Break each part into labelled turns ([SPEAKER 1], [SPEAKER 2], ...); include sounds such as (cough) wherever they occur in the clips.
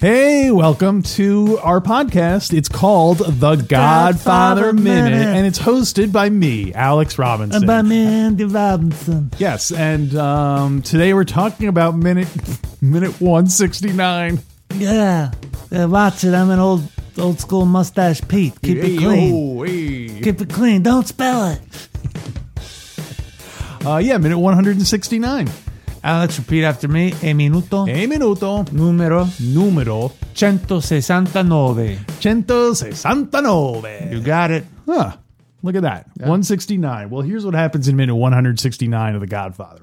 [SPEAKER 1] Hey, welcome to our podcast. It's called The Godfather,
[SPEAKER 2] Godfather
[SPEAKER 1] Minute,
[SPEAKER 2] Minute.
[SPEAKER 1] and it's hosted by me, Alex Robinson.
[SPEAKER 2] And by Mandy Robinson.
[SPEAKER 1] yes, and um, today we're talking about minute minute one sixty nine.
[SPEAKER 2] Yeah. yeah. Watch it. I'm an old old school mustache Pete. Keep it clean. Keep it clean. Don't spell it.
[SPEAKER 1] Uh, yeah, minute one hundred and sixty nine.
[SPEAKER 2] Alex, repeat after me. E minuto
[SPEAKER 1] E minuto
[SPEAKER 2] numero
[SPEAKER 1] numero
[SPEAKER 2] 169.
[SPEAKER 1] 169.
[SPEAKER 2] You got it.
[SPEAKER 1] Huh. Look at that. 169. Well, here's what happens in minute 169 of The Godfather.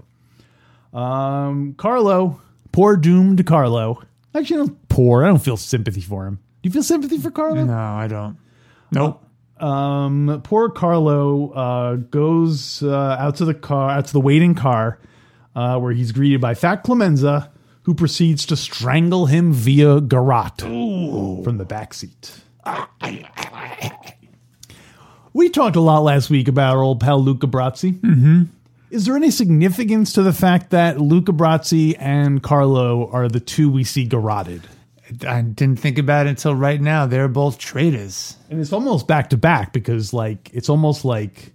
[SPEAKER 1] Um, Carlo, poor doomed Carlo. Actually, I don't poor. I don't feel sympathy for him. Do you feel sympathy for Carlo?
[SPEAKER 2] No, I don't. Nope.
[SPEAKER 1] Um, poor Carlo uh, goes uh, out to the car, out to the waiting car, uh, where he's greeted by Fat Clemenza, who proceeds to strangle him via garrote from the back seat. We talked a lot last week about our old pal Luca Brazzi. Mm-hmm. Is there any significance to the fact that Luca Brazzi and Carlo are the two we see garroted?
[SPEAKER 2] I didn't think about it until right now. They're both traitors.
[SPEAKER 1] and it's almost back to back because like it's almost like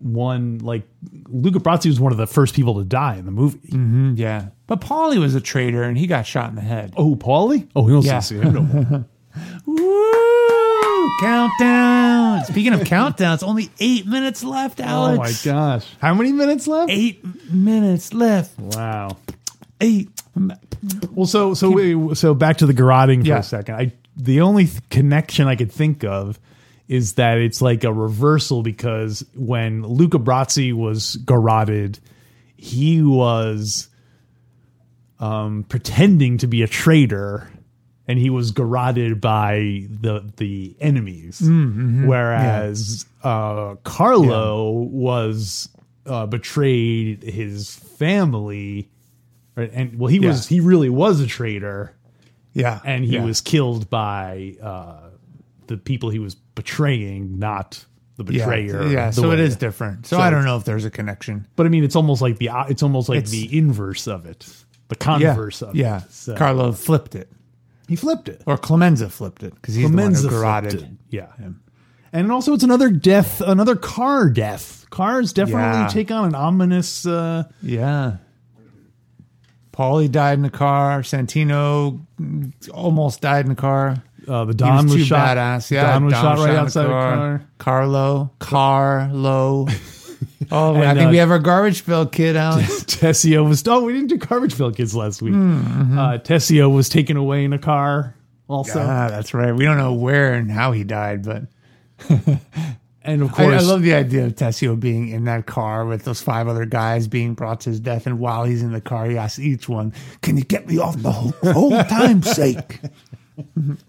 [SPEAKER 1] one like Luca Brazzi was one of the first people to die in the movie.
[SPEAKER 2] Mm, Yeah. But Paulie was a traitor and he got shot in the head.
[SPEAKER 1] Oh, Paulie! Oh, he don't
[SPEAKER 2] Yeah.
[SPEAKER 1] see him
[SPEAKER 2] (laughs)
[SPEAKER 1] no more.
[SPEAKER 2] Woo! Countdown. Speaking (laughs) of countdowns, only eight minutes left,
[SPEAKER 1] oh
[SPEAKER 2] Alex.
[SPEAKER 1] my gosh! How many minutes left?
[SPEAKER 2] Eight minutes left.
[SPEAKER 1] Wow.
[SPEAKER 2] Eight.
[SPEAKER 1] Well, so so wait, so back to the garroting for
[SPEAKER 2] Yeah.
[SPEAKER 1] a second. I the only th- connection I could think of is that it's like a reversal because when Luca Brazzi was garroted, he was um, pretending to be a traitor, and he was garroted by the the enemies. Whereas uh, Carlo was uh, betrayed his family. Right? And well, he
[SPEAKER 2] Yeah.
[SPEAKER 1] was he really was a traitor,
[SPEAKER 2] Yeah.
[SPEAKER 1] and he
[SPEAKER 2] Yeah.
[SPEAKER 1] was killed by uh, the people he was betraying, not the
[SPEAKER 2] yeah.
[SPEAKER 1] betrayer.
[SPEAKER 2] Yeah.
[SPEAKER 1] the
[SPEAKER 2] So it
[SPEAKER 1] way-
[SPEAKER 2] is different. So, I don't know if there's a connection.
[SPEAKER 1] But I mean, it's almost like the it's almost like
[SPEAKER 2] It's-
[SPEAKER 1] the inverse of it, the converse of it.
[SPEAKER 2] Yeah.
[SPEAKER 1] So-
[SPEAKER 2] Carlo flipped it,
[SPEAKER 1] he flipped it.
[SPEAKER 2] or Clemenza flipped it because he's
[SPEAKER 1] Clemenza
[SPEAKER 2] the one who garroted.
[SPEAKER 1] flipped it. Yeah. And also, it's another death, another car death. Cars definitely
[SPEAKER 2] Yeah.
[SPEAKER 1] take on an ominous. Uh,
[SPEAKER 2] Yeah. Paulie died in the car. Santino almost died in the car.
[SPEAKER 1] uh, the
[SPEAKER 2] He
[SPEAKER 1] Don was,
[SPEAKER 2] was, too
[SPEAKER 1] shot.
[SPEAKER 2] badass. Yeah,
[SPEAKER 1] Don was shot right
[SPEAKER 2] in the
[SPEAKER 1] outside the car.
[SPEAKER 2] Carlo, Carlo.
[SPEAKER 1] (laughs)
[SPEAKER 2] oh, I
[SPEAKER 1] And,
[SPEAKER 2] think
[SPEAKER 1] uh,
[SPEAKER 2] we have our garbage bill
[SPEAKER 1] (laughs)
[SPEAKER 2] kid out.
[SPEAKER 1] Tessio was. Oh, we didn't do garbage bill kids last week.
[SPEAKER 2] Hmm, mm-hmm.
[SPEAKER 1] Uh, Tessio was taken away in a car. Also,
[SPEAKER 2] ah, that's right. We don't know where and how he died, but
[SPEAKER 1] and of
[SPEAKER 2] I,
[SPEAKER 1] course,
[SPEAKER 2] I love the idea of Tessio being in that car with those five other guys being brought to his death. And while he's in the car, he asks each one, Can you get me off the whole,
[SPEAKER 1] (laughs)
[SPEAKER 2] whole time's sake?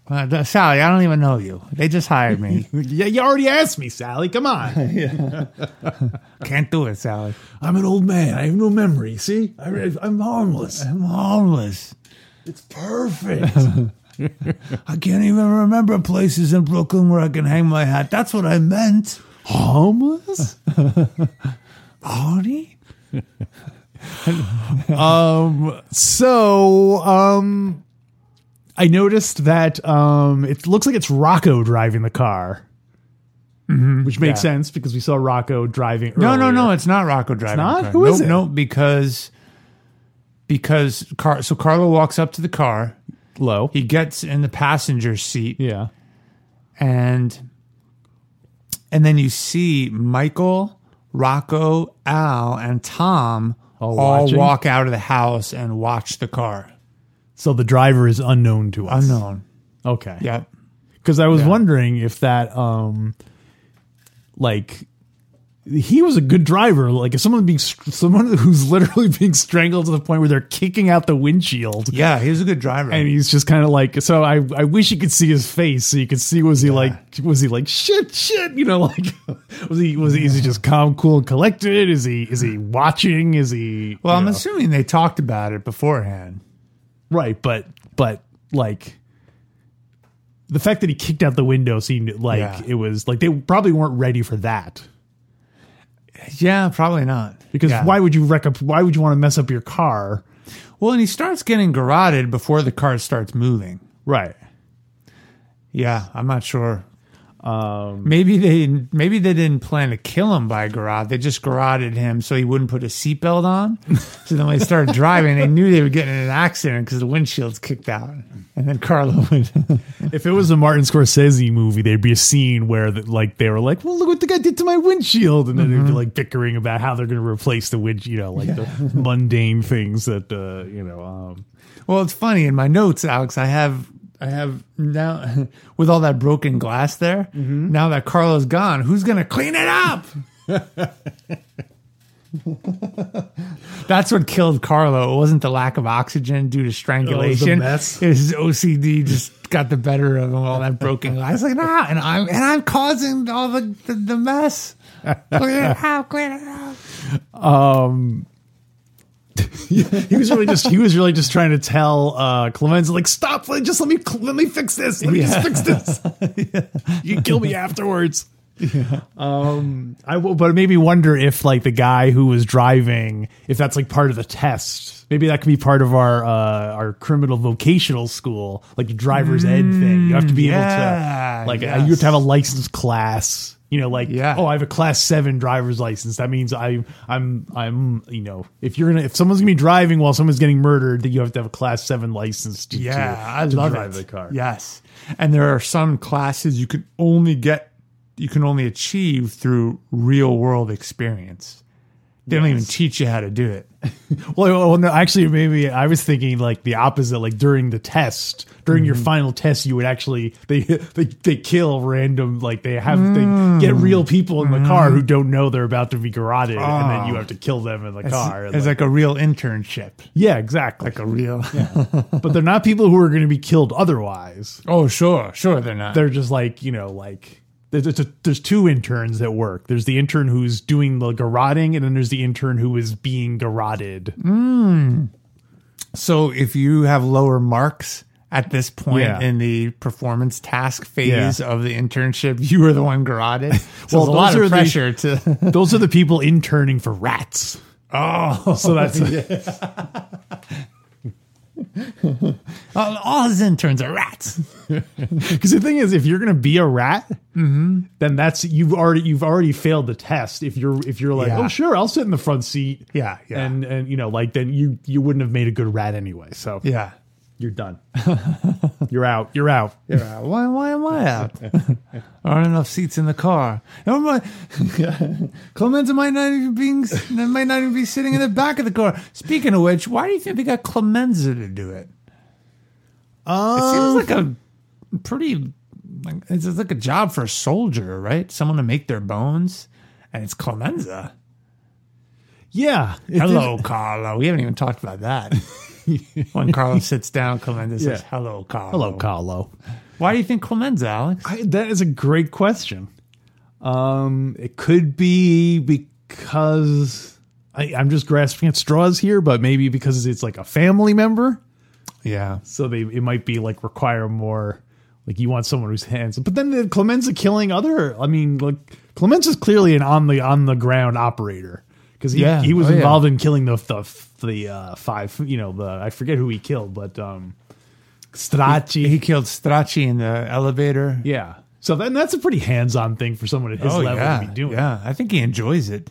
[SPEAKER 2] Uh, the- Sally, I don't even know you. They just hired
[SPEAKER 1] (laughs)
[SPEAKER 2] me.
[SPEAKER 1] yeah, you already asked me, Sally. Come on,
[SPEAKER 2] Can't do it, Sally.
[SPEAKER 1] I'm an old man. I have no memory. See, I, I'm harmless.
[SPEAKER 2] I'm homeless.
[SPEAKER 1] It's perfect.
[SPEAKER 2] I can't even remember places in Brooklyn where I can hang my hat. That's what I meant.
[SPEAKER 1] (laughs) harmless.
[SPEAKER 2] Arnie?
[SPEAKER 1] Um, so, um, I noticed that um, it looks like it's Rocco driving the car, which makes
[SPEAKER 2] Mm-hmm. yeah.
[SPEAKER 1] sense because we saw Rocco driving.
[SPEAKER 2] No, no,
[SPEAKER 1] earlier.
[SPEAKER 2] no. It's not Rocco driving.
[SPEAKER 1] Oh, not?
[SPEAKER 2] The car.
[SPEAKER 1] Who is
[SPEAKER 2] Nope,
[SPEAKER 1] it?
[SPEAKER 2] nope, because because car. So Carlo walks up to the car.
[SPEAKER 1] low.
[SPEAKER 2] He gets in the passenger seat,
[SPEAKER 1] yeah,
[SPEAKER 2] and and then you see Michael, Rocco, Al, and Tom all,
[SPEAKER 1] watching?
[SPEAKER 2] walk out of the house and watch the car.
[SPEAKER 1] so the driver is unknown to us.
[SPEAKER 2] Unknown.
[SPEAKER 1] Okay.
[SPEAKER 2] Yep.
[SPEAKER 1] because I was wondering if that um like he was a good driver. Like if someone being str- someone (laughs) who's literally being strangled to the point where they're kicking out the windshield,
[SPEAKER 2] Yeah, he was a good driver.
[SPEAKER 1] and he's just kind of like so I, I wish you could see his face so you could see was he like was he like shit shit you know (laughs) like was he was he is he just calm cool and collected is he is he watching is he
[SPEAKER 2] well,
[SPEAKER 1] you
[SPEAKER 2] I'm
[SPEAKER 1] know?
[SPEAKER 2] assuming they talked about it beforehand.
[SPEAKER 1] right but but like the fact that he kicked out the window seemed like
[SPEAKER 2] Yeah.
[SPEAKER 1] it was like they probably weren't ready for that
[SPEAKER 2] Yeah, probably not.
[SPEAKER 1] because
[SPEAKER 2] Yeah.
[SPEAKER 1] why would you wreck up why would you want to mess up your car
[SPEAKER 2] Well, and he starts getting garroted before the car starts moving.
[SPEAKER 1] right
[SPEAKER 2] Yeah, I'm not sure. Um, maybe they maybe they didn't plan to kill him by garrote. They just garroted him so he wouldn't put a seatbelt on. so then when they started driving, they knew they were getting in an accident because the windshield's kicked out. And then Carlo (laughs) would.
[SPEAKER 1] If it was a Martin Scorsese movie, there'd be a scene where the, like they were like, "Well, look what the guy did to my windshield," and then they'd
[SPEAKER 2] Mm-hmm.
[SPEAKER 1] be like bickering about how they're going to replace the wind, you know, like
[SPEAKER 2] (laughs)
[SPEAKER 1] the mundane things that uh, you know. Um,
[SPEAKER 2] well, it's funny in my notes, Alex. I have I have now (laughs) with all that broken glass there. Now that Carlo's gone, who's gonna clean it (laughs) up? That's what killed Carlo. It wasn't the lack of oxygen due to strangulation.
[SPEAKER 1] mess.
[SPEAKER 2] It was his OCD just got the better of him. All that broken glass, like nah, and I'm and I'm causing all the the, the (laughs) mess. Clean it up, clean it up.
[SPEAKER 1] he was really just he was really just trying to tell uh, Clemenza like, "Stop! like, Just let me cl- let me fix this. Let me just fix
[SPEAKER 2] (laughs)
[SPEAKER 1] this. you can kill me afterwards." Um, I will, but it made me wonder if like the guy who was driving, if that's like part of the test. Maybe that could be part of our uh, our criminal vocational school, like the driver's ed thing. You have to be
[SPEAKER 2] Mm, yeah,
[SPEAKER 1] able to like uh,
[SPEAKER 2] yes.
[SPEAKER 1] you have to have a license class. You know, like
[SPEAKER 2] Yeah.
[SPEAKER 1] oh, I have a class seven driver's license. That means I I'm I'm you know if you're gonna if someone's gonna be driving while someone's getting murdered, that you have to have a class seven license. To,
[SPEAKER 2] Yeah,
[SPEAKER 1] to,
[SPEAKER 2] I
[SPEAKER 1] to
[SPEAKER 2] love
[SPEAKER 1] drive
[SPEAKER 2] it.
[SPEAKER 1] the car.
[SPEAKER 2] Yes, and there are some classes you can only get, you can only achieve through real world experience. They don't even teach you how to (laughs) do it.
[SPEAKER 1] Well, well, no, actually, maybe I was thinking like the opposite. Like during the test, during
[SPEAKER 2] Mm-hmm.
[SPEAKER 1] your final test, you would actually they they they kill random like they have
[SPEAKER 2] Mm.
[SPEAKER 1] they get real people in the
[SPEAKER 2] Mm-hmm.
[SPEAKER 1] car who don't know they're about to be garroted, and then
[SPEAKER 2] Ah.
[SPEAKER 1] you have to kill them in the car.
[SPEAKER 2] It's like a real internship,
[SPEAKER 1] yeah, exactly.
[SPEAKER 2] like
[SPEAKER 1] (laughs)
[SPEAKER 2] a real.
[SPEAKER 1] but they're not people who are going to be killed otherwise.
[SPEAKER 2] oh, sure, sure, they're not.
[SPEAKER 1] They're just like you know like. There's, there's there's two interns that work. There's the intern who's doing the garroting, and then there's the intern who is being garroted.
[SPEAKER 2] Mm. so if you have lower marks at this point
[SPEAKER 1] Yeah.
[SPEAKER 2] in the performance task phase of the internship, (laughs) you are the one garroted. (laughs) So
[SPEAKER 1] Well,
[SPEAKER 2] well, a lot
[SPEAKER 1] those are
[SPEAKER 2] of
[SPEAKER 1] the-
[SPEAKER 2] pressure to.
[SPEAKER 1] Those are the people interning for rats.
[SPEAKER 2] Oh,
[SPEAKER 1] So
[SPEAKER 2] (laughs)
[SPEAKER 1] that's
[SPEAKER 2] (laughs) all his interns are rats.
[SPEAKER 1] Because the thing is, if you're gonna be a rat,
[SPEAKER 2] Mm-hmm.
[SPEAKER 1] then that's you've already you've already failed the test. If you're if you're like,
[SPEAKER 2] Yeah.
[SPEAKER 1] oh sure, I'll sit in the front seat,
[SPEAKER 2] Yeah, yeah.
[SPEAKER 1] and and you know like then you you wouldn't have made a good rat anyway. So
[SPEAKER 2] Yeah.
[SPEAKER 1] you're done. (laughs) you're out. You're out.
[SPEAKER 2] You're out. Why, why am
[SPEAKER 1] (laughs)
[SPEAKER 2] I out? Aren't enough seats in the car. Am I, Clemenza might not even being might not even be sitting in the back of the car. Speaking of which, why do you think they got Clemenza to do it? it
[SPEAKER 1] Uh, Um,
[SPEAKER 2] seems like a pretty like it's it's like a job for a soldier, right? Someone to make their bones, and it's Clemenza.
[SPEAKER 1] Yeah. It
[SPEAKER 2] Hello, Carlo. We haven't even talked
[SPEAKER 1] (laughs)
[SPEAKER 2] about that. when Carlo sits down, Clemenza says,
[SPEAKER 1] Yeah.
[SPEAKER 2] "Hello, Carlo."
[SPEAKER 1] Hello, Carlo.
[SPEAKER 2] Why do you think Clemenza, Alex?
[SPEAKER 1] I, that is a great question. Um, it could be because I, I'm just grasping at straws here, but maybe because it's like a family member.
[SPEAKER 2] Yeah.
[SPEAKER 1] so they it might be like require more like you want someone who's handsome but then the clemenza killing other i mean like clemenza's clearly an on the on the ground operator because he,
[SPEAKER 2] Yeah.
[SPEAKER 1] he was
[SPEAKER 2] Oh, yeah.
[SPEAKER 1] involved in killing the the, the uh, five you know the i forget who he killed but um stracci
[SPEAKER 2] He killed Stracci in the elevator.
[SPEAKER 1] yeah so then that's a pretty hands-on thing for someone at his level to be doing yeah.
[SPEAKER 2] Oh, yeah. I think he enjoys it.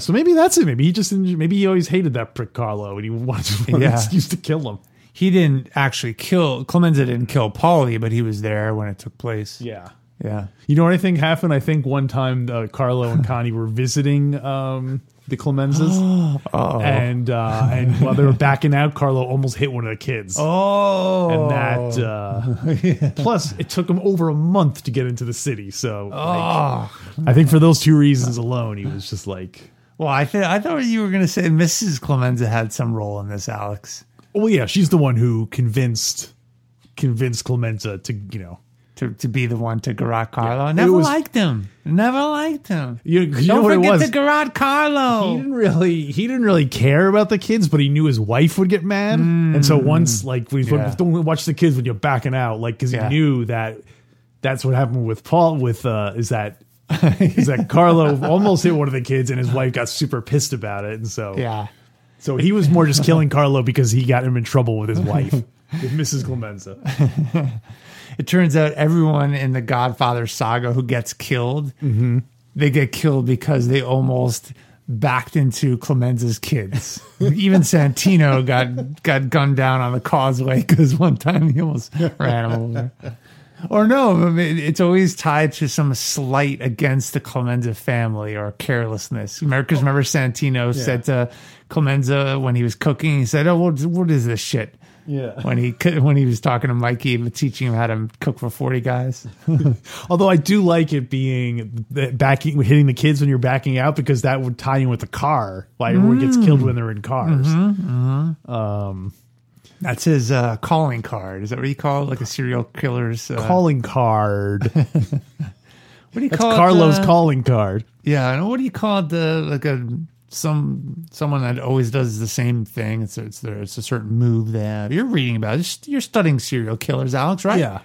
[SPEAKER 1] so maybe that's it maybe he just maybe he always hated that prick carlo and he (laughs) wanted, wanted an
[SPEAKER 2] Yeah.
[SPEAKER 1] excuse to kill him
[SPEAKER 2] He didn't actually kill Clemenza didn't kill Polly, but he was there when it took place.
[SPEAKER 1] yeah
[SPEAKER 2] Yeah. (laughs)
[SPEAKER 1] You know what I think happened? I think one time uh, Carlo and Connie were visiting um, the Clemenzas,
[SPEAKER 2] (gasps)
[SPEAKER 1] and uh, and while they were backing out, Carlo almost hit one of the kids.
[SPEAKER 2] Oh,
[SPEAKER 1] And that,
[SPEAKER 2] (laughs)
[SPEAKER 1] uh, plus, it took him over a month to get into the city. So, like,
[SPEAKER 2] Oh
[SPEAKER 1] I think for those two reasons alone, he was just like,
[SPEAKER 2] well, I th- I thought you were going to say Mrs. Clemenza had some role in this, Alex,
[SPEAKER 1] "Well, yeah, she's the one who convinced convinced Clemenza to, you know,
[SPEAKER 2] to, to be the one to garrot Carlo. Never
[SPEAKER 1] was-
[SPEAKER 2] liked him. Never liked him.
[SPEAKER 1] you, you know
[SPEAKER 2] Don't
[SPEAKER 1] what it
[SPEAKER 2] forget
[SPEAKER 1] was."
[SPEAKER 2] to garrot
[SPEAKER 1] he
[SPEAKER 2] Carlo.
[SPEAKER 1] didn't really he didn't really care about the kids, but he knew his wife would get mad, and so once like we
[SPEAKER 2] Mm. Yeah.
[SPEAKER 1] don't watch the kids when you're backing out, like because
[SPEAKER 2] Yeah.
[SPEAKER 1] he knew that that's what happened with Paul. With uh, is that is that
[SPEAKER 2] (laughs)
[SPEAKER 1] Carlo almost hit one of the kids, and his wife got super pissed about it, and so
[SPEAKER 2] Yeah.
[SPEAKER 1] so he was more just
[SPEAKER 2] (laughs)
[SPEAKER 1] killing Carlo because he got him in trouble with his wife. With Mrs. Clemenza,
[SPEAKER 2] It turns out everyone in the Godfather saga who gets killed, they get killed because they almost backed into Clemenza's kids. Even Santino got got gunned down on the causeway because one time he almost ran him over. Or no, I mean, it's always tied to some slight against the Clemenza family or carelessness. Because remember, Santino said to Clemenza when he was cooking, he said, "Oh, what, what is this shit?"
[SPEAKER 1] Yeah.
[SPEAKER 2] when he could, when he was talking to Mikey, but teaching him how to cook for forty guys.
[SPEAKER 1] although I do like it being that backing, hitting the kids when you're backing out because that would tie in with the car. Why everyone gets
[SPEAKER 2] Mm.
[SPEAKER 1] killed when they're in
[SPEAKER 2] Mm-hmm.
[SPEAKER 1] cars.
[SPEAKER 2] That's his uh, calling card. Is that what you call it? Like a serial killer's uh,
[SPEAKER 1] calling
[SPEAKER 2] (laughs)
[SPEAKER 1] card. That's
[SPEAKER 2] What do you call
[SPEAKER 1] Carlo's
[SPEAKER 2] it? uh,
[SPEAKER 1] calling card.
[SPEAKER 2] Yeah, and what do you call it? The like a some someone that always does the same thing. It's it's there. It's a certain move they have. You're reading about. It. It's- You're studying serial killers, Alex, right?
[SPEAKER 1] Yeah.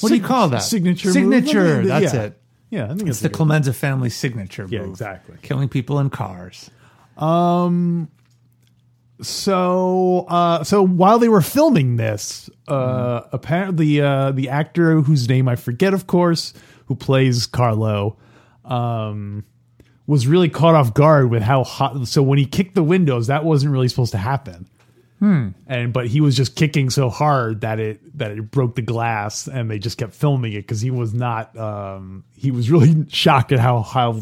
[SPEAKER 2] What do you call that?
[SPEAKER 1] Signature.
[SPEAKER 2] Signature,
[SPEAKER 1] movement?
[SPEAKER 2] that's
[SPEAKER 1] Yeah.
[SPEAKER 2] it.
[SPEAKER 1] Yeah. I think
[SPEAKER 2] It's the Clemenza family signature.
[SPEAKER 1] Yeah,
[SPEAKER 2] move.
[SPEAKER 1] exactly.
[SPEAKER 2] Killing people in cars.
[SPEAKER 1] so uh, so while they were filming this, uh, apparently uh, the actor whose name I forget, of course, who plays Carlo, um, was really caught off guard with how hot. So when he kicked the windows, that wasn't really supposed to happen. And but he was just kicking so hard that it that it broke the glass, and they just kept filming it because he was not. Um, he was really (laughs) shocked at how how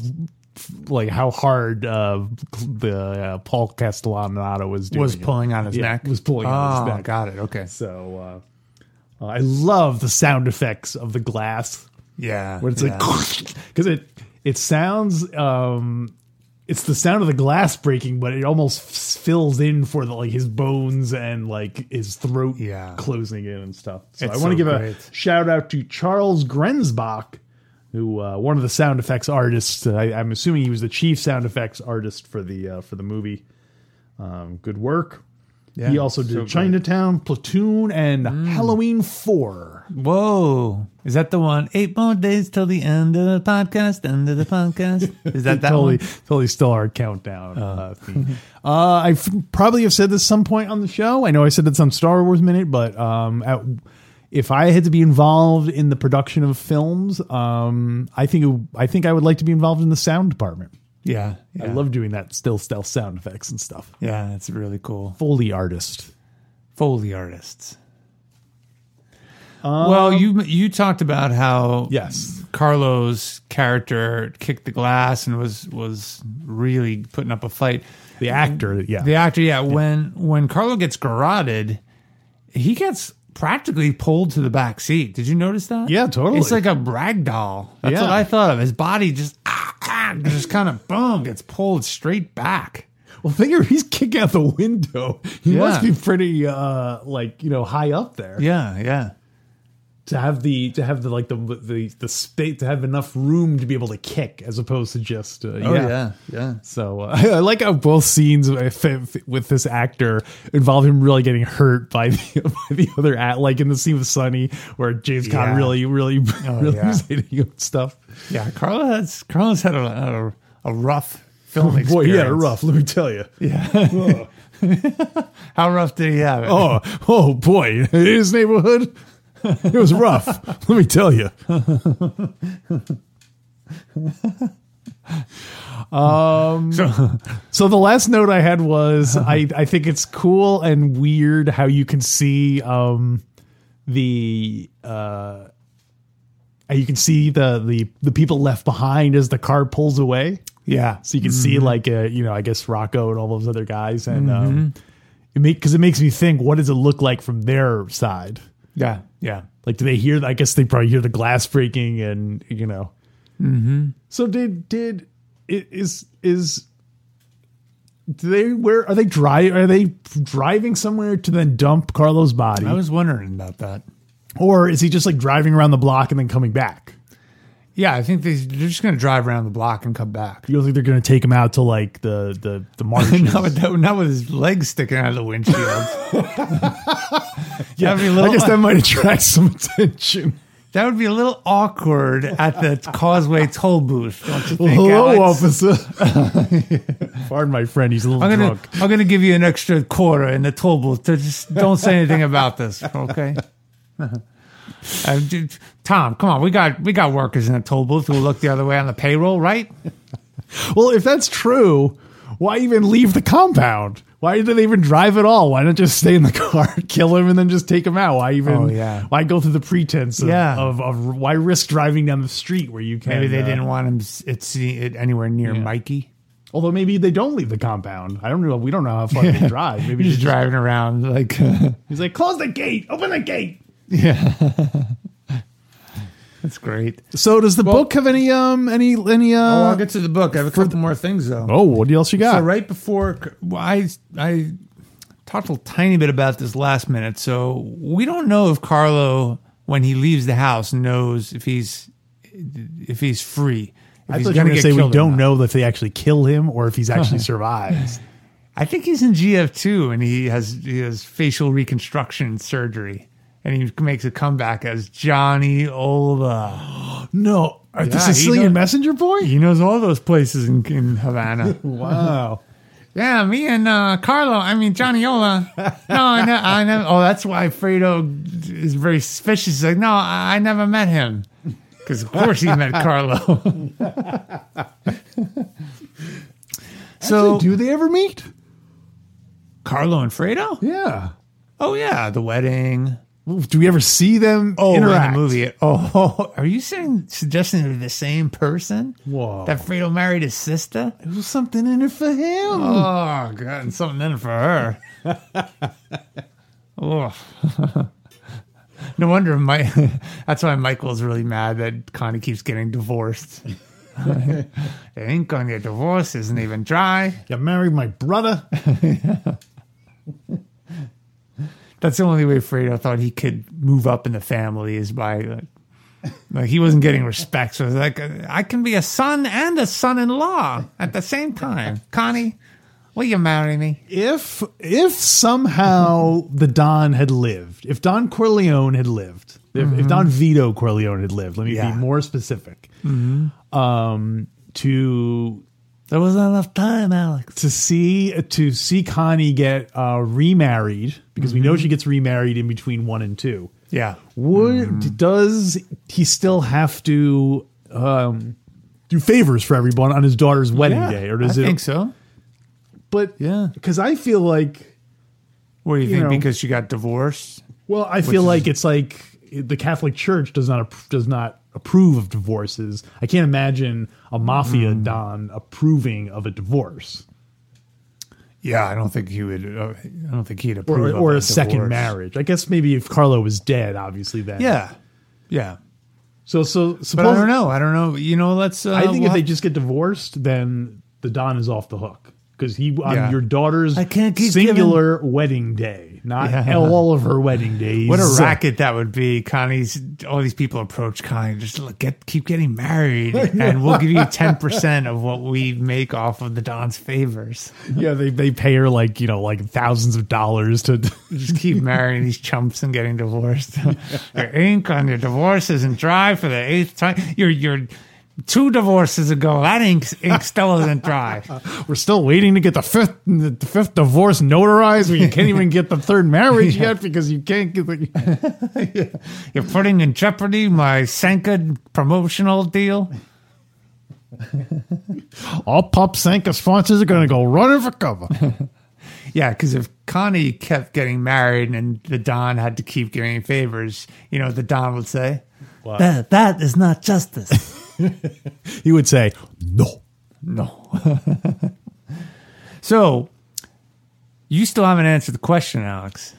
[SPEAKER 1] like how hard uh, the uh, Paul Castellanato was doing
[SPEAKER 2] Was
[SPEAKER 1] it.
[SPEAKER 2] pulling on his
[SPEAKER 1] Yeah,
[SPEAKER 2] neck.
[SPEAKER 1] was pulling on his
[SPEAKER 2] Oh,
[SPEAKER 1] neck.
[SPEAKER 2] Got it. Okay.
[SPEAKER 1] So uh, I love the sound effects of the glass
[SPEAKER 2] Yeah.
[SPEAKER 1] when it's
[SPEAKER 2] yeah.
[SPEAKER 1] like (laughs) because it it sounds um it's the sound of the glass breaking, but it almost f- fills in for the, like his bones and like his throat
[SPEAKER 2] Yeah.
[SPEAKER 1] closing in and stuff. So
[SPEAKER 2] It's
[SPEAKER 1] I want to
[SPEAKER 2] so
[SPEAKER 1] give
[SPEAKER 2] great.
[SPEAKER 1] a shout out to Charles Grenzbach, who uh, one of the sound effects artists. uh, I, I'm assuming he was the chief sound effects artist for the uh, for the movie. Um, good work.
[SPEAKER 2] Yeah,
[SPEAKER 1] he also did
[SPEAKER 2] so Mm. great.
[SPEAKER 1] Chinatown, Platoon, and Halloween Four.
[SPEAKER 2] Whoa. Is that the one? Eight more days till the end of the podcast, end of
[SPEAKER 1] (laughs)
[SPEAKER 2] the podcast. Is that that
[SPEAKER 1] totally,
[SPEAKER 2] one? Oh.
[SPEAKER 1] totally still our countdown uh, theme. Uh, I f- probably have said this some point on the show. I know I said this on Star Wars Minute, but um, at, if I had to be involved in the production of films, um, I think it, I think I would like to be involved in the sound department.
[SPEAKER 2] Yeah. yeah.
[SPEAKER 1] I love doing that still stealth sound effects and stuff.
[SPEAKER 2] Yeah, that's really cool.
[SPEAKER 1] Foley artist.
[SPEAKER 2] Foley artists.
[SPEAKER 1] Um,
[SPEAKER 2] well, you you talked about how
[SPEAKER 1] Yes.
[SPEAKER 2] Carlo's character kicked the glass and was was really putting up a fight.
[SPEAKER 1] The actor, yeah.
[SPEAKER 2] The actor, yeah, when when Carlo gets garroted, he gets practically pulled to the back seat. Did you notice that?
[SPEAKER 1] Yeah, totally.
[SPEAKER 2] It's like a rag doll. That's
[SPEAKER 1] Yeah.
[SPEAKER 2] what I thought of. His body just ah, ah, just kind of boom gets pulled straight back.
[SPEAKER 1] well, figure he's kicking out the window. He
[SPEAKER 2] Yeah.
[SPEAKER 1] must be pretty, uh, like you know, high up there.
[SPEAKER 2] Yeah, yeah.
[SPEAKER 1] to have the to have the like the the the space to have enough room to be able to kick as opposed to just uh,
[SPEAKER 2] Oh
[SPEAKER 1] yeah.
[SPEAKER 2] yeah, yeah.
[SPEAKER 1] So uh, (laughs) I like how both scenes with with this actor involve him really getting hurt by (laughs) the by the other act. Like in the scene with Sonny, where James
[SPEAKER 2] Yeah. Oh,
[SPEAKER 1] Conn really really really (laughs)
[SPEAKER 2] yeah.
[SPEAKER 1] was hitting him and stuff.
[SPEAKER 2] Yeah, Carlo has Carlo's had a a, a rough (laughs) film experience.
[SPEAKER 1] Boy, he had it rough. Let me tell you.
[SPEAKER 2] Yeah. How rough did he have it?
[SPEAKER 1] (laughs) Oh, oh boy, in his neighborhood, (laughs) it was rough. let me tell you. (laughs)
[SPEAKER 2] So-
[SPEAKER 1] Um, (laughs) So the last note I had was I, I think it's cool and weird how you can see um the uh you can see the the the people left behind as the car pulls away.
[SPEAKER 2] Yeah.
[SPEAKER 1] so you can
[SPEAKER 2] Mm-hmm.
[SPEAKER 1] see like uh, you know I guess Rocco and all those other guys, and um,
[SPEAKER 2] Mm-hmm.
[SPEAKER 1] it make because it makes me think, what does it look like from their side?
[SPEAKER 2] Yeah. Yeah.
[SPEAKER 1] Like, do they hear? I guess they probably hear the glass breaking, and you know.
[SPEAKER 2] Mm-hmm.
[SPEAKER 1] So did did i- is is do they where are they dry are they driving somewhere to then dump Carlo's body,
[SPEAKER 2] I was wondering about that.
[SPEAKER 1] or is he just like driving around the block and then coming back?
[SPEAKER 2] Yeah, I think they, they're just going to drive around the block and come back.
[SPEAKER 1] You don't think they're gonna take him out to like the the the
[SPEAKER 2] (laughs)
[SPEAKER 1] march?
[SPEAKER 2] Not with, that, not with his legs sticking out of the windshield. yeah, that'd be a
[SPEAKER 1] I
[SPEAKER 2] little,
[SPEAKER 1] guess that might attract some (laughs) attention.
[SPEAKER 2] that would be a little awkward at the (laughs) Causeway toll booth. Don't you think,
[SPEAKER 1] Hello,
[SPEAKER 2] Alex?
[SPEAKER 1] officer. Pardon my friend, he's a little
[SPEAKER 2] I'm gonna
[SPEAKER 1] drunk.
[SPEAKER 2] I'm gonna give you an extra quarter in the toll booth. To just don't say anything about this, (laughs) okay? Uh, dude, Tom, come on, we got we got workers in the toll booth who look the other way on the payroll, right?
[SPEAKER 1] Well, if that's true, why even leave the compound? Why did they even drive at all? Why not just stay in the (laughs) car, kill him, and then just take him out? Why even?
[SPEAKER 2] Oh, yeah.
[SPEAKER 1] Why go through the pretense of,
[SPEAKER 2] Yeah.
[SPEAKER 1] of, of why risk driving down the street where you can?
[SPEAKER 2] Maybe they
[SPEAKER 1] uh,
[SPEAKER 2] didn't want him s- at see it anywhere near Mikey.
[SPEAKER 1] Although maybe they don't leave the compound. I don't know. We don't know how far they drive. Maybe
[SPEAKER 2] He's
[SPEAKER 1] they
[SPEAKER 2] just
[SPEAKER 1] just-
[SPEAKER 2] driving around like, (laughs)
[SPEAKER 1] He's like, close the gate, open the gate.
[SPEAKER 2] yeah, that's great.
[SPEAKER 1] So does the book have any um any any uh?
[SPEAKER 2] Well, I'll get to the book. I have a couple more things though.
[SPEAKER 1] oh, what else you got?
[SPEAKER 2] So right before well, I I talked a tiny bit about this last minute. So we don't know if Carlo, when he leaves the house, knows if he's if he's free. If
[SPEAKER 1] I
[SPEAKER 2] he's
[SPEAKER 1] thought you were
[SPEAKER 2] gonna
[SPEAKER 1] going to
[SPEAKER 2] get
[SPEAKER 1] say we
[SPEAKER 2] killed or
[SPEAKER 1] don't
[SPEAKER 2] not.
[SPEAKER 1] know if they actually kill him or if he's (laughs) actually survives.
[SPEAKER 2] I think he's in GF two, and he has he has facial reconstruction surgery, and he makes a comeback as Johnny Olva.
[SPEAKER 1] No, Uh, are the
[SPEAKER 2] Yeah, he
[SPEAKER 1] Sicilian
[SPEAKER 2] don't-
[SPEAKER 1] messenger boy?
[SPEAKER 2] He knows all those places in, in Havana.
[SPEAKER 1] Wow.
[SPEAKER 2] Yeah, me and uh, Carlo. I mean Johnny Ola. No, I, ne- I never. Oh, that's why Fredo is very suspicious. He's like, no, I, I never met him. Because of course he met Carlo. (laughs) so
[SPEAKER 1] Do they ever meet?
[SPEAKER 2] Carlo and Fredo.
[SPEAKER 1] Yeah.
[SPEAKER 2] Oh yeah, the wedding.
[SPEAKER 1] Do we ever see them
[SPEAKER 2] Oh, in
[SPEAKER 1] interact?
[SPEAKER 2] the movie. Oh, (laughs) are you saying suggesting they're the same person?
[SPEAKER 1] Whoa.
[SPEAKER 2] That Fredo married his sister.
[SPEAKER 1] There was something in it for him.
[SPEAKER 2] Oh god, and something in it for (laughs) her. oh. (laughs) no wonder Mike. (laughs) That's why Michael's really mad that Connie keeps getting divorced. (laughs) the ink on your divorce isn't even dry.
[SPEAKER 1] You married my brother.
[SPEAKER 2] That's the only way Fredo thought he could move up in the family is by like, like he wasn't getting respect. So it's like I can be a son and a son-in-law at the same time. Connie, will you marry me?
[SPEAKER 1] If if somehow the Don had lived, if Don Corleone had lived, if, if Don Vito Corleone had lived, let me
[SPEAKER 2] Yeah.
[SPEAKER 1] be more specific. Um, to
[SPEAKER 2] There wasn't enough time, Alex.
[SPEAKER 1] to see to see Connie get uh, remarried because we know
[SPEAKER 2] Mm-hmm.
[SPEAKER 1] she gets remarried in between one and two.
[SPEAKER 2] Yeah.
[SPEAKER 1] Would does he still have to um, do favors for everyone on his daughter's wedding
[SPEAKER 2] Yeah,
[SPEAKER 1] day, or does
[SPEAKER 2] I
[SPEAKER 1] it?
[SPEAKER 2] think so.
[SPEAKER 1] But
[SPEAKER 2] Yeah.
[SPEAKER 1] because I feel like,
[SPEAKER 2] What do you,
[SPEAKER 1] You
[SPEAKER 2] think?
[SPEAKER 1] know.
[SPEAKER 2] Because she got divorced?
[SPEAKER 1] well, I feel like it's like the Catholic Church does not appro- does not approve of divorces. I can't imagine a mafia
[SPEAKER 2] Mm-hmm.
[SPEAKER 1] don approving of a divorce
[SPEAKER 2] Yeah, I don't think he would. Uh, I don't think he'd approve
[SPEAKER 1] or,
[SPEAKER 2] of
[SPEAKER 1] or a
[SPEAKER 2] that
[SPEAKER 1] second
[SPEAKER 2] divorce.
[SPEAKER 1] marriage. I guess maybe if Carlo was dead, obviously then.
[SPEAKER 2] Yeah, yeah.
[SPEAKER 1] So so
[SPEAKER 2] But
[SPEAKER 1] suppose
[SPEAKER 2] I don't know. I don't know. You know, let's. Uh,
[SPEAKER 1] I think
[SPEAKER 2] we'll
[SPEAKER 1] if they
[SPEAKER 2] have-
[SPEAKER 1] just get divorced, then the Don is off the hook because he on
[SPEAKER 2] Yeah.
[SPEAKER 1] your daughter's
[SPEAKER 2] I can't keep
[SPEAKER 1] singular wedding day, not
[SPEAKER 2] Yeah.
[SPEAKER 1] all of her wedding days. (laughs)
[SPEAKER 2] what a racket that would be. Connie's all these people approach Connie just look, get keep getting
[SPEAKER 1] (laughs)
[SPEAKER 2] married, and we'll give you ten percent of what we make off of the Don's favors.
[SPEAKER 1] Yeah, they they pay her like you know like thousands of dollars to. (laughs)
[SPEAKER 2] Just keep marrying these chumps and getting divorced. (laughs) your ink on your divorce isn't dry for the eighth time. Your your two divorces ago, that ink ink still isn't dry.
[SPEAKER 1] We're still waiting to get the fifth the fifth divorce notarized. Where you can't even get the third (laughs) marriage yet because you can't get the.
[SPEAKER 2] You're putting in jeopardy my Senka promotional deal.
[SPEAKER 1] All Pop Sanka sponsors are going to go running for cover.
[SPEAKER 2] Yeah, because if Connie kept getting married and the Don had to keep giving favors, you know what the Don would say? That, that is not justice.
[SPEAKER 1] he would say no.
[SPEAKER 2] No. (laughs) so, you still haven't answered the question, Alex.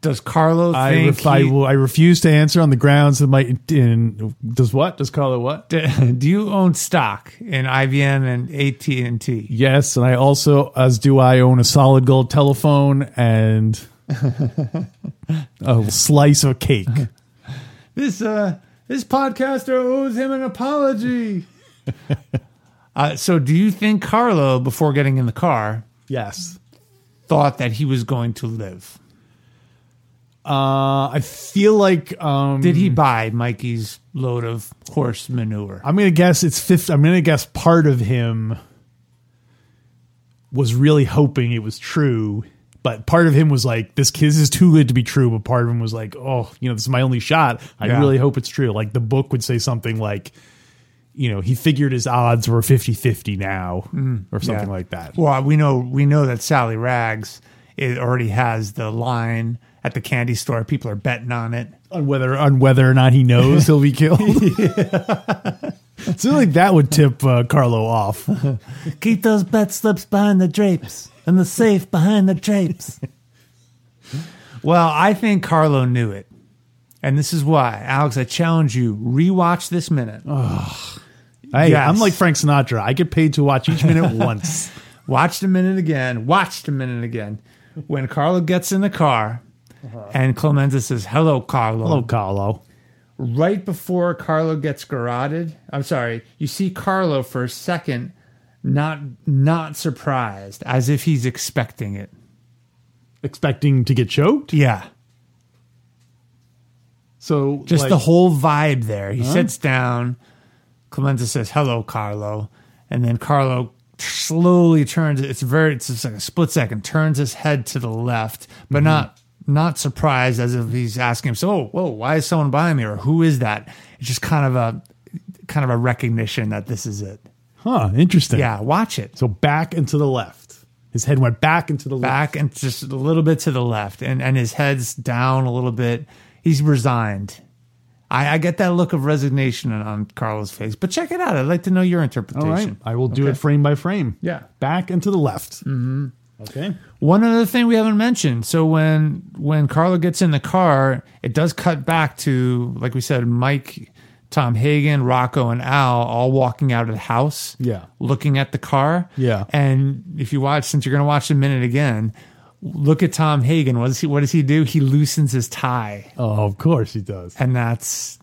[SPEAKER 2] Does Carlo
[SPEAKER 1] I,
[SPEAKER 2] think
[SPEAKER 1] ref- I,
[SPEAKER 2] he-
[SPEAKER 1] will- I refuse to answer on the grounds that my in, does what does Carlo what?
[SPEAKER 2] do, (laughs) do you own stock in IBM and AT and T?
[SPEAKER 1] Yes, and I also, as do I, own a solid gold telephone and a slice of cake.
[SPEAKER 2] This uh, this podcaster owes him an apology. (laughs) uh, so, do you think Carlo, before getting in the car,
[SPEAKER 1] Yes,
[SPEAKER 2] thought that he was going to live?
[SPEAKER 1] uh, I feel like um,
[SPEAKER 2] Did he buy Mikey's load of horse manure?
[SPEAKER 1] I'm gonna guess it's fifth. I'm gonna guess part of him was really hoping it was true, but part of him was like, "This kid this is too good to be true." But part of him was like, "Oh, you know, this is my only shot. I
[SPEAKER 2] Yeah.
[SPEAKER 1] really hope it's true." Like the book would say something like, "You know, he figured his odds were 50-50 now, or something
[SPEAKER 2] Mm-hmm. Yeah.
[SPEAKER 1] like that."
[SPEAKER 2] Well, we know we know that Sally Rags it already has the line at the candy store. People are betting on it.
[SPEAKER 1] on whether on whether or not he knows he'll be
[SPEAKER 2] (laughs)
[SPEAKER 1] killed. (laughs) so like that would tip uh, Carlo off.
[SPEAKER 2] Keep those bet slips behind the drapes and the safe behind the drapes. well, I think Carlo knew it. And this is why, Alex, I challenge you, rewatch this minute.
[SPEAKER 1] Hey,
[SPEAKER 2] Yes.
[SPEAKER 1] I'm like Frank Sinatra. I get paid to watch each
[SPEAKER 2] (laughs)
[SPEAKER 1] minute once.
[SPEAKER 2] Watch the minute again. Watch the minute again. When Carlo gets in the car and Clemenza says, Uh-huh. Hello, Carlo.
[SPEAKER 1] Hello, Carlo.
[SPEAKER 2] right before Carlo gets garroted. I'm sorry, you see Carlo for a second, not not surprised, as if he's expecting it.
[SPEAKER 1] Expecting to get choked.
[SPEAKER 2] Yeah,
[SPEAKER 1] So
[SPEAKER 2] just
[SPEAKER 1] like,
[SPEAKER 2] the whole vibe there. He sits down. Clemenza says, "Hello, Carlo," and then Carlo slowly turns. It's very. It's just like a split second. Turns his head to the left, but not not surprised, as if he's asking himself, "Oh, whoa, why is someone behind me?" or "Who is that?" It's just kind of a kind of a recognition that this is it.
[SPEAKER 1] huh? Interesting.
[SPEAKER 2] Yeah, watch it.
[SPEAKER 1] So back and to the left. His head went back into the left.
[SPEAKER 2] back and just a little bit to the left, and and his head's down a little bit. He's resigned. I, I get that look of resignation on, on Carlos' face, but check it out. I'd like to know your
[SPEAKER 1] All
[SPEAKER 2] interpretation.
[SPEAKER 1] right. I will do it frame by frame.
[SPEAKER 2] Yeah.
[SPEAKER 1] Back and to the left. Mm-hmm. Okay.
[SPEAKER 2] One other thing we haven't mentioned. So when when Carlo gets in the car, it does cut back to like we said, Mike, Tom Hagen, Rocco, and Al all walking out of the house.
[SPEAKER 1] Yeah.
[SPEAKER 2] looking at the car.
[SPEAKER 1] Yeah.
[SPEAKER 2] and if you watch, since you're going to watch the minute again, look at Tom Hagen. What does he? What does he do? He loosens his tie,
[SPEAKER 1] Oh, of course he does.
[SPEAKER 2] and that's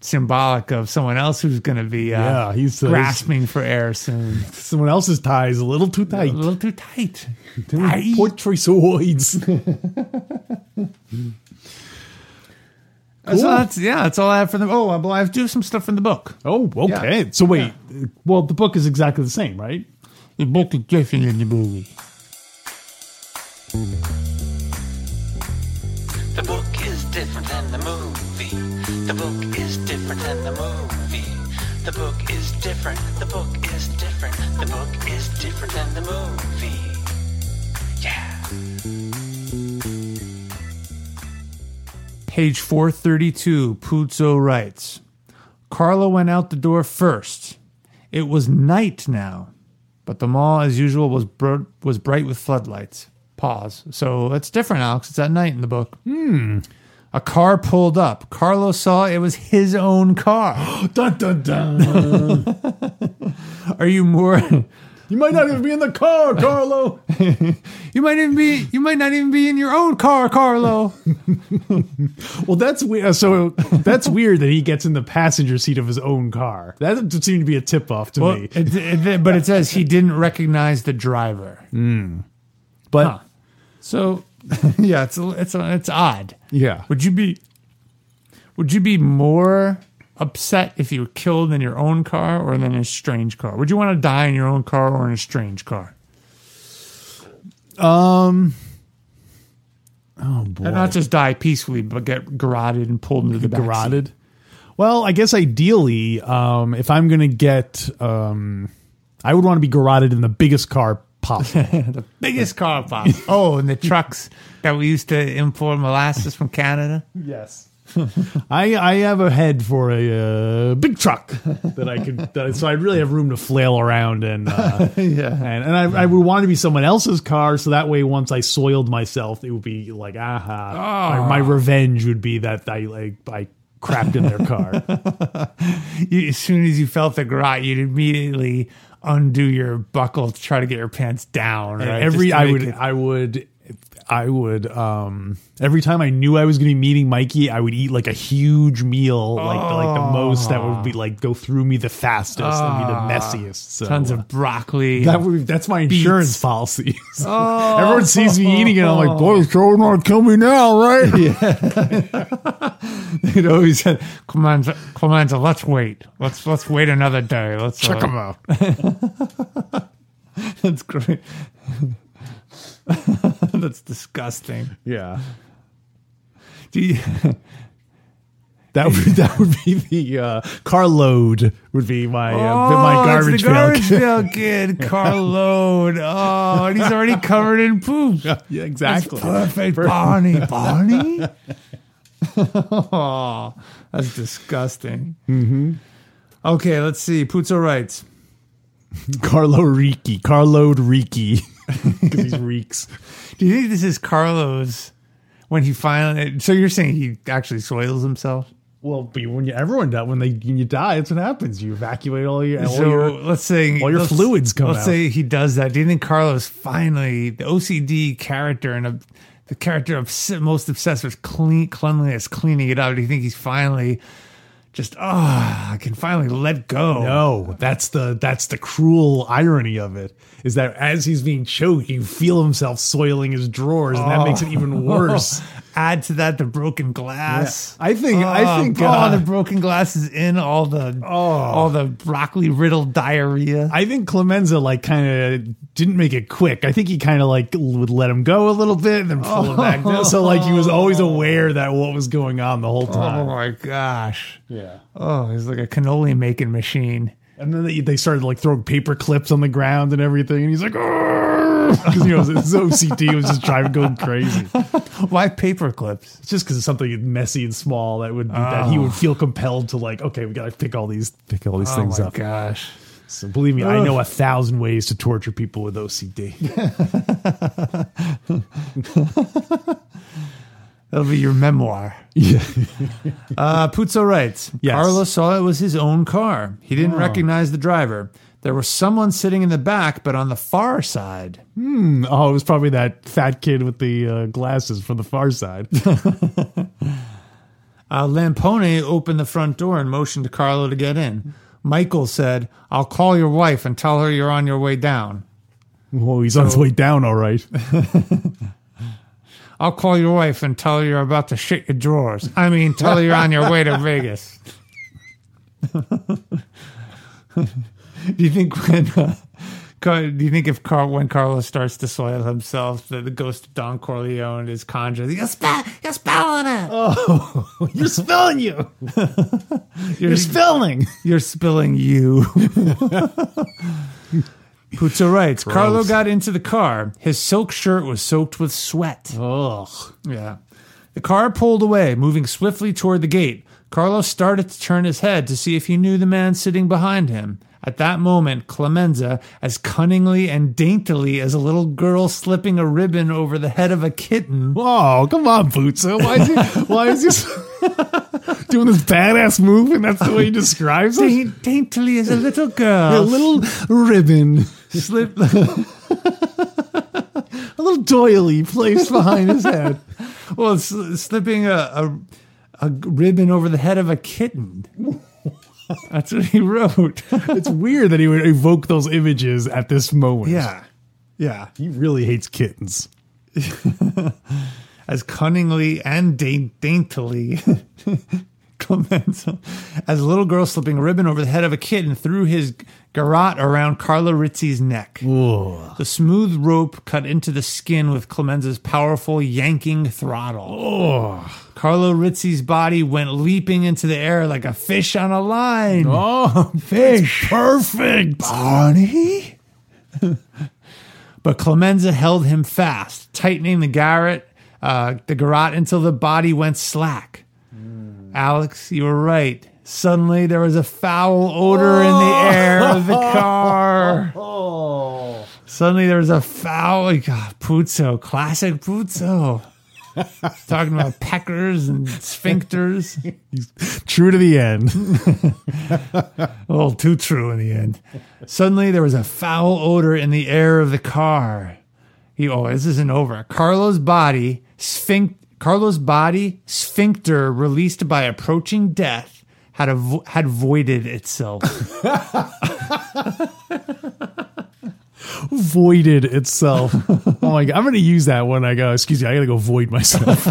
[SPEAKER 2] symbolic of someone else who's going to be uh,
[SPEAKER 1] Yeah, he's- he's-
[SPEAKER 2] grasping for air soon.
[SPEAKER 1] Someone else's tie is a little too tight.
[SPEAKER 2] A little too tight.
[SPEAKER 1] Tight. (laughs) Portraitoids.
[SPEAKER 2] So that's yeah, that's all I have for them. Oh, well, I have to do some stuff from the book.
[SPEAKER 1] Oh, okay. So wait, well, the book is exactly the same, right?
[SPEAKER 2] The book is different in the movie.
[SPEAKER 3] The book is different than the movie. The book is different than the movie. The book is different. The book is different. The book is different than the movie. Yeah.
[SPEAKER 2] Page 432, Puzo writes Carlo went out the door first. It was night now, but the mall, as usual, was, br- was bright with floodlights. Pause. So that's different, Alex. It's at night in the book. Hmm. A car pulled up. Carlo saw it was his own
[SPEAKER 1] (laughs)
[SPEAKER 2] car. (gasps)
[SPEAKER 1] Dun dun dun.
[SPEAKER 2] Are you more?
[SPEAKER 1] (laughs)
[SPEAKER 2] (laughs)
[SPEAKER 1] you might not even be in the (laughs) car, Carlo.
[SPEAKER 2] You might even be. You might not even be in your own car, Carlo.
[SPEAKER 1] well, that's weird. So that's weird that he gets in the passenger seat of his own car. That d- seemed to be a tip off to
[SPEAKER 2] Well,
[SPEAKER 1] me.
[SPEAKER 2] it- it- but it says he didn't recognize the driver.
[SPEAKER 1] But
[SPEAKER 2] huh. So (laughs) yeah, it's it's it's odd.
[SPEAKER 1] yeah,
[SPEAKER 2] Would you be would you be more upset if you were killed in your own car or than in a strange car? Would you want to die in your own car or in a strange car? Um,
[SPEAKER 1] oh boy,
[SPEAKER 2] And not just die peacefully, but get garroted and pulled into the backseat.
[SPEAKER 1] garroted. Well, I guess ideally, um, if I'm gonna get, um, I would want to be garroted in the biggest car
[SPEAKER 2] (laughs)
[SPEAKER 1] possible.
[SPEAKER 2] Biggest car pop. oh, and the trucks that we used to import molasses from Canada.
[SPEAKER 1] yes. I I have a head for a uh, big truck that I could, that, so I really have room to flail around and uh,
[SPEAKER 2] (laughs) yeah.
[SPEAKER 1] and, and I, I would want to be someone else's car, so that way once I soiled myself, it would be like aha, my, my
[SPEAKER 2] Ah.
[SPEAKER 1] revenge would be that I like I crapped in their
[SPEAKER 2] (laughs)
[SPEAKER 1] car.
[SPEAKER 2] You, as soon as you felt the grot, you'd immediately undo your buckle to try to get your pants down. Right?
[SPEAKER 1] And every
[SPEAKER 2] Just to
[SPEAKER 1] I
[SPEAKER 2] make
[SPEAKER 1] would
[SPEAKER 2] it-
[SPEAKER 1] I would I would um every time I knew I was going to be meeting Mikey, I would eat like a huge meal, like the, like the most that would
[SPEAKER 2] Ah.
[SPEAKER 1] be like go through me the fastest and be the messiest. So
[SPEAKER 2] tons
[SPEAKER 1] uh,
[SPEAKER 2] of broccoli.
[SPEAKER 1] that would be, that's my insurance
[SPEAKER 2] beets. Oh.
[SPEAKER 1] policy. (laughs) So Everyone sees me eating it. I'm like, boy, it's going to kill me now,
[SPEAKER 2] (laughs)
[SPEAKER 1] right? (laughs)
[SPEAKER 2] it always said, Clemenza, Clemenza, let's wait. Let's let's wait another day. Let's uh, check
[SPEAKER 1] Come on.
[SPEAKER 2] That's great. (laughs) That's disgusting.
[SPEAKER 1] Yeah,
[SPEAKER 2] Do (laughs) you,
[SPEAKER 1] that would (laughs) that would be the uh, car load would be my uh, my garbage,
[SPEAKER 2] Oh, it's the garbage pail (laughs) kid, Carlone. Oh, and he's already covered in (laughs) poop.
[SPEAKER 1] pail. (laughs) yeah,
[SPEAKER 2] That's
[SPEAKER 1] exactly.
[SPEAKER 2] perfect, (laughs) Barney. Barney. oh, that's disgusting. Mm-hmm. Okay, let's see. Puzo writes.
[SPEAKER 1] Carlo Ricci. Carlo Ricci. (laughs) Because he's reeks.
[SPEAKER 2] Do you think this is Carlos when he finally? So you're saying he actually soils himself?
[SPEAKER 1] Well, but when you, everyone does, when they when you die, that's what happens. You evacuate all your, all
[SPEAKER 2] so
[SPEAKER 1] your
[SPEAKER 2] let's say
[SPEAKER 1] all your
[SPEAKER 2] let's-
[SPEAKER 1] fluids come
[SPEAKER 2] Let's
[SPEAKER 1] out.
[SPEAKER 2] say he does that. Do you think Carlos finally the OCD character and a, the character obs- most obsessed with clean cleanliness, cleaning it up? Do you think he's finally just ah I can finally let go?
[SPEAKER 1] no. That's the that's the cruel irony of it is that as he's being choked, you feel himself soiling his drawers, and that makes it even worse. (laughs)
[SPEAKER 2] Add to that the broken glass.
[SPEAKER 1] I think I
[SPEAKER 2] Oh,
[SPEAKER 1] think
[SPEAKER 2] oh,
[SPEAKER 1] uh, Oh.
[SPEAKER 2] the broken glass is in all the all the broccoli riddled diarrhea.
[SPEAKER 1] I think Clemenza like kind of didn't make it quick. I think he kind of like l- would let him go a little bit and then pull him back. down. So like he was always aware that what was going on the whole
[SPEAKER 2] Oh
[SPEAKER 1] time.
[SPEAKER 2] my gosh.
[SPEAKER 1] Yeah.
[SPEAKER 2] Oh, he's like a cannoli making machine.
[SPEAKER 1] And then they, they started like throwing paper clips on the ground and everything. And he's like, (laughs) because you know his OCD was just driving going crazy.
[SPEAKER 2] Why paper clips?
[SPEAKER 1] It's just because it's something messy and small that would that he would feel compelled to like, okay, we got to pick all these Oh. pick all these things
[SPEAKER 2] oh my
[SPEAKER 1] up.
[SPEAKER 2] gosh.
[SPEAKER 1] So believe me, I know a thousand ways to torture people with OCD.
[SPEAKER 2] That'll be your memoir.
[SPEAKER 1] Yeah.
[SPEAKER 2] (laughs) Uh, Puzo writes
[SPEAKER 1] Yes. Oh.
[SPEAKER 2] Carlos saw it was his own car. He didn't recognize the driver. There was someone sitting in the back, but on the far side.
[SPEAKER 1] (laughs) oh, it was probably that fat kid with the uh, glasses from the far side. (laughs)
[SPEAKER 2] Uh, Lampone opened the front door and motioned to Carlo to get in. Michael said, I'll call your wife and tell her you're on your way down.
[SPEAKER 1] Whoa, Oh, he's on his way down, all right.
[SPEAKER 2] I'll call your wife and tell her you're about to shit your drawers. I mean, tell her you're on your (laughs) way to Vegas. do you think when? Uh, Car- do you think if Carl, when Carlos starts to soil himself, that the ghost of Don Corleone is conjured? You're, spe- you're spelling
[SPEAKER 1] (laughs)
[SPEAKER 2] it.
[SPEAKER 1] You're spelling you.
[SPEAKER 2] you're,
[SPEAKER 1] spelling.
[SPEAKER 2] you're spilling you. Puzo writes. Carlo got into the car. His silk shirt was soaked with sweat.
[SPEAKER 1] Ugh.
[SPEAKER 2] Yeah. The car pulled away, moving swiftly toward the gate. Carlos started to turn his head to see if he knew the man sitting behind him. At that moment, Clemenza, as cunningly and daintily as a little girl slipping a ribbon over the head of a kitten,
[SPEAKER 1] Oh, come on, Butzo. Why is he, why is he s- (laughs) doing this badass move and that's the way he describes it?
[SPEAKER 2] daint- daintily as a little
[SPEAKER 1] (laughs) A
[SPEAKER 2] girl,
[SPEAKER 1] little ribbon,
[SPEAKER 2] slip,
[SPEAKER 1] (laughs) a little doily placed behind his head.
[SPEAKER 2] well, sl- slipping a, a a ribbon over the head of a kitten. That's what he wrote.
[SPEAKER 1] It's weird that he would evoke those images at this moment.
[SPEAKER 2] yeah.
[SPEAKER 1] He really hates kittens.
[SPEAKER 2] as cunningly and daint- daintily (laughs) Clemenza, as a little girl slipping a ribbon over the head of a kitten threw his garrote around Carlo Rizzi's neck. The smooth rope cut into the skin with Clemenza's powerful yanking throttle. Carlo Rizzi's body went leaping into the air like a fish on a line.
[SPEAKER 1] Oh,
[SPEAKER 2] Fish.
[SPEAKER 1] perfect.
[SPEAKER 2] Barney? but Clemenza held him fast, tightening the garret, uh, the garrote until the body went slack. Alex, you were right. Suddenly there was a foul odor in
[SPEAKER 1] Oh.
[SPEAKER 2] the air of the
[SPEAKER 1] (laughs)
[SPEAKER 2] car. Suddenly there was a foul. God, Puzo, classic
[SPEAKER 1] (laughs)
[SPEAKER 2] Puzo. Talking about peckers and sphincters.
[SPEAKER 1] True to the end.
[SPEAKER 2] A little too true in the end. Suddenly, there was a foul odor in the air of the car. He, oh, this isn't over. Carlos' body, sphinct, Carlos' body sphincter released by approaching death had avo- had voided itself.
[SPEAKER 1] Voided itself. Oh my god. I'm gonna use that when I go, excuse me, I gotta go void myself.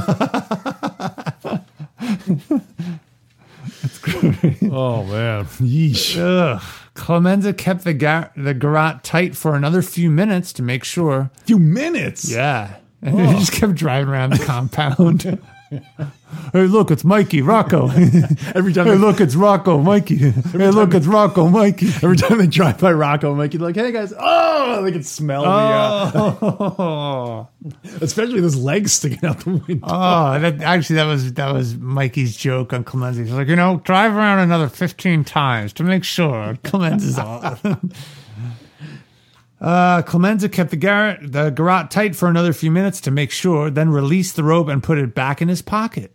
[SPEAKER 1] oh man. Yeesh.
[SPEAKER 2] Ugh. Clemenza kept the ga- the garrote tight for another few minutes to make sure.
[SPEAKER 1] Few minutes.
[SPEAKER 2] Yeah. And he just kept driving around the compound. hey, look, it's Mikey, Rocco.
[SPEAKER 1] Every time
[SPEAKER 2] Hey,
[SPEAKER 1] they
[SPEAKER 2] (laughs) look, it's Rocco, Mikey. Hey, look, it's Rocco, Mikey.
[SPEAKER 1] every time they drive by Rocco, Mikey, like, hey guys, oh they can smell
[SPEAKER 2] Oh,
[SPEAKER 1] the uh, especially those legs sticking out the window.
[SPEAKER 2] (laughs) oh, that actually that was that was Mikey's joke on Clemenza. He's like, you know, drive around another fifteen times to make sure Clemenza's all. Uh, Clemenza kept the garret the garrote tight for another few minutes to make sure, then released the rope and put it back in his pocket.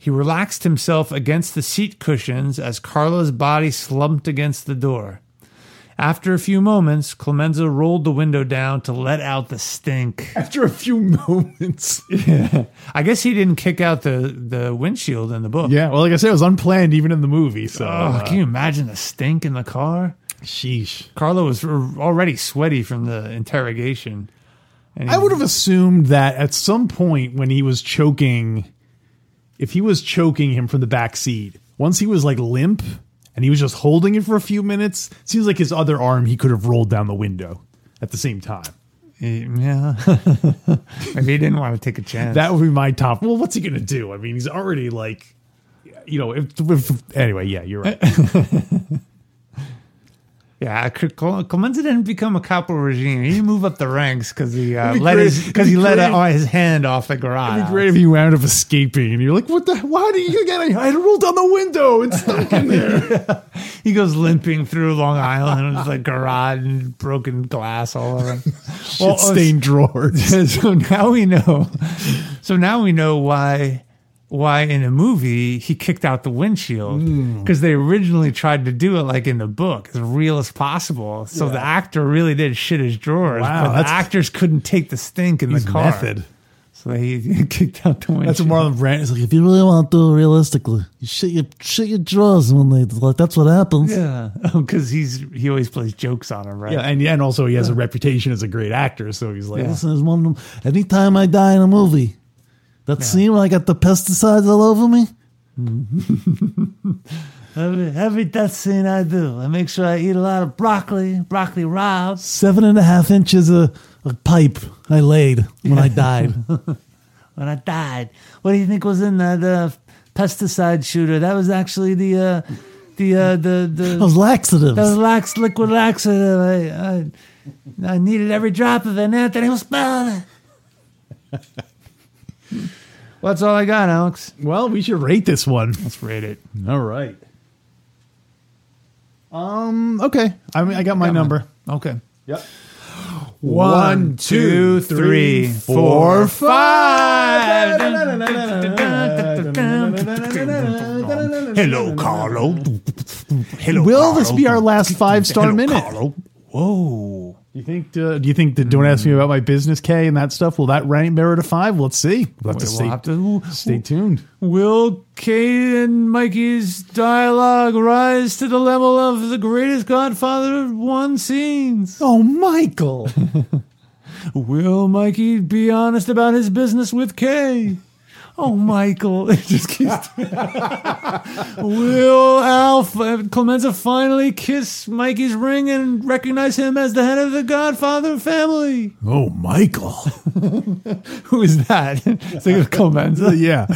[SPEAKER 2] He relaxed himself against the seat cushions as Carla's body slumped against the door. After a few moments, Clemenza rolled the window down to let out the stink.
[SPEAKER 1] After a few (laughs) moments.
[SPEAKER 2] I guess he didn't kick out the, the windshield in the book.
[SPEAKER 1] Yeah, well, like I said, it was unplanned even in the movie. So,
[SPEAKER 2] Oh,
[SPEAKER 1] uh,
[SPEAKER 2] can you imagine the stink in the car?
[SPEAKER 1] sheesh.
[SPEAKER 2] Carlo was already sweaty from the interrogation. And he-
[SPEAKER 1] I would have assumed that at some point when he was choking, if he was choking him from the back seat, once he was like limp and he was just holding it for a few minutes, seems like his other arm he could have rolled down the window at the same time.
[SPEAKER 2] yeah. (laughs) Maybe he didn't want to take a chance.
[SPEAKER 1] That would be my top. Well, what's he going to do? I mean, he's already like, you know, if, if anyway, yeah, you're right.
[SPEAKER 2] yeah, C- Cl- Clemenza didn't become a capo regime. He moved up the ranks because he uh,
[SPEAKER 1] It'd be
[SPEAKER 2] let
[SPEAKER 1] great-
[SPEAKER 2] his because
[SPEAKER 1] it'd
[SPEAKER 2] he
[SPEAKER 1] be
[SPEAKER 2] let
[SPEAKER 1] great-
[SPEAKER 2] uh, his hand off the garage.
[SPEAKER 1] It'd be great if you wound up escaping and you're like, what the? Why did you get? I had to roll down the window. It's stuck in there.
[SPEAKER 2] He goes limping through Long Island with like garage and broken glass
[SPEAKER 1] (laughs)
[SPEAKER 2] all over. him. oh,
[SPEAKER 1] Well, stained (laughs) drawers.
[SPEAKER 2] (laughs) so now we know. So now we know why why in a movie he kicked out the windshield
[SPEAKER 1] Hmm.
[SPEAKER 2] because they originally tried to do it like in the book as real as possible. So the actor really did shit his drawers,
[SPEAKER 1] Wow,
[SPEAKER 2] but the
[SPEAKER 1] that's-
[SPEAKER 2] actors couldn't take the stink in the car. So he (laughs) kicked out the windshield.
[SPEAKER 4] That's what Marlon Brand is like. If you really want to do it realistically, you shit your shit your drawers when they like. That's what happens.
[SPEAKER 2] yeah, because he's he always plays jokes on him, right?
[SPEAKER 1] Yeah, and and also he has a reputation as a great actor, so he's like,
[SPEAKER 4] Listen, there's one. of them- Anytime I die in a movie, that scene when I got the pesticides all over me.
[SPEAKER 2] Every, every death scene I do, I make sure I eat a lot of broccoli, broccoli rabe.
[SPEAKER 4] Seven and a half inches of, of pipe I laid
[SPEAKER 1] (laughs)
[SPEAKER 4] when I died.
[SPEAKER 2] when I died. What do you think was in the, the pesticide shooter? That was actually the uh, the uh, the
[SPEAKER 4] That
[SPEAKER 2] the
[SPEAKER 4] was laxatives.
[SPEAKER 2] that was lax liquid laxative. I, I I needed every drop of it. and Anthony was smelling it. well, that's all I got, Alex.
[SPEAKER 1] well, we should rate this one.
[SPEAKER 2] Let's rate it.
[SPEAKER 1] All right. Um. Okay. I mean, I got my number.
[SPEAKER 2] Okay.
[SPEAKER 1] Yep.
[SPEAKER 2] One, two, three, four, five. Hello, Carlo. Hello.
[SPEAKER 1] Will this be our last five star minute?
[SPEAKER 2] Whoa.
[SPEAKER 1] Do you think? Uh, do you think that? Don't ask me about my business, K, and that stuff. Will that rank merit a five? Let's see. We'll have to
[SPEAKER 2] We'll
[SPEAKER 1] stay,
[SPEAKER 2] have to-
[SPEAKER 1] stay tuned.
[SPEAKER 2] Will Kate and Mikey's dialogue rise to the level of the greatest Godfather of one scenes?
[SPEAKER 1] Oh, Michael.
[SPEAKER 2] Will Mikey be honest about his business with Kay? Oh, Michael. (laughs) It just keeps. Will Alf uh, Clemenza finally kiss Mikey's ring and recognize him as the head of the Godfather family?
[SPEAKER 1] (laughs) oh, Michael.
[SPEAKER 2] Who is that? (laughs) it's like Clemenza.
[SPEAKER 1] yeah.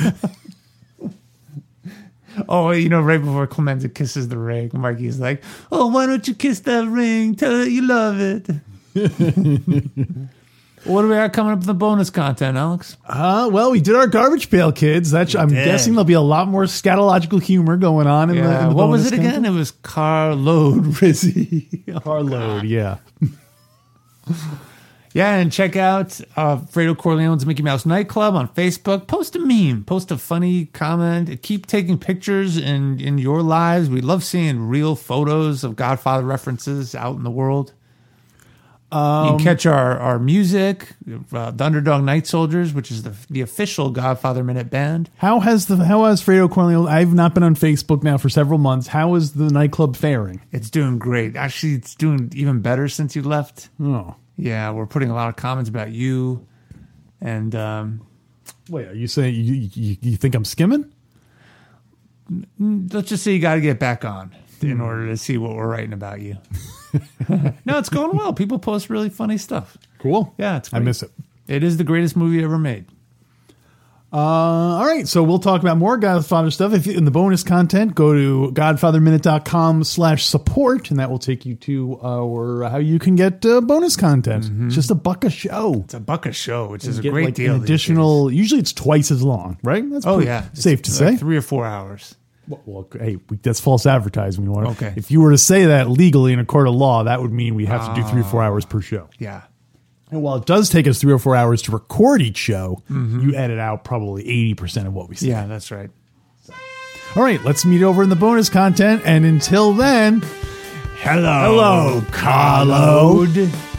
[SPEAKER 2] Oh, you know, right before Clemenza kisses the ring, Mikey's like, "Oh, why don't you kiss that ring? Tell her you love it." (laughs) What do we got coming up in the bonus content, Alex?
[SPEAKER 1] Uh, well, we did our garbage pail kids. That's I'm guessing there'll be a lot more scatological humor going on in the. In the
[SPEAKER 2] what was
[SPEAKER 1] bonus
[SPEAKER 2] it again?
[SPEAKER 1] content.
[SPEAKER 2] It was (laughs) Carload Rizzy.
[SPEAKER 1] Carload, yeah.
[SPEAKER 2] yeah, and check out uh, Fredo Corleone's Mickey Mouse Nightclub on Facebook. Post a meme, post a funny comment. Keep taking pictures in, in your lives. We love seeing real photos of Godfather references out in the world. you can catch our, our music, uh, the Underdog Night Soldiers, which is the, the official Godfather Minute Band.
[SPEAKER 1] How has the how has Fredo Corleone? I've not been on Facebook now for several months. How is the nightclub faring?
[SPEAKER 2] It's doing great. Actually, it's doing even better since you left.
[SPEAKER 1] Oh,
[SPEAKER 2] Yeah, we're putting a lot of comments about you, and um,
[SPEAKER 1] wait, are you saying you you, you think I'm skimming?
[SPEAKER 2] let's just say you got to get back on
[SPEAKER 1] Hmm.
[SPEAKER 2] in order to see what we're writing about you. (laughs) no, it's going well. People post really funny stuff.
[SPEAKER 1] Cool.
[SPEAKER 2] Yeah, it's.
[SPEAKER 1] I
[SPEAKER 2] great.
[SPEAKER 1] miss it.
[SPEAKER 2] It is the greatest movie ever made.
[SPEAKER 1] Uh, all right, so we'll talk about more Godfather stuff. If you- in the bonus content, go to godfatherminute.com slash support, and that will take you to our how you can get uh, bonus content. It's just a buck a show.
[SPEAKER 2] It's a buck a show, which is a
[SPEAKER 1] Get,
[SPEAKER 2] great
[SPEAKER 1] like,
[SPEAKER 2] deal.
[SPEAKER 1] An
[SPEAKER 2] these days.
[SPEAKER 1] additional, usually it's twice as long, right? That's
[SPEAKER 2] Oh
[SPEAKER 1] pretty
[SPEAKER 2] yeah, It's
[SPEAKER 1] safe to
[SPEAKER 2] like
[SPEAKER 1] say.
[SPEAKER 2] three or four hours.
[SPEAKER 1] Well, well, hey, we, that's false advertising. We want
[SPEAKER 2] Okay.
[SPEAKER 1] If you were to say that legally in a court of law, that would mean we have to do three or
[SPEAKER 2] Ah.
[SPEAKER 1] four hours per show.
[SPEAKER 2] Yeah,
[SPEAKER 1] And while it does take us three or four hours to record each show, you edit out probably eighty percent of what we say.
[SPEAKER 2] Mm-hmm. yeah, that's right.
[SPEAKER 1] All right, let's meet over in the bonus content. And until then, hello, hello, Carlo.
[SPEAKER 2] Ode.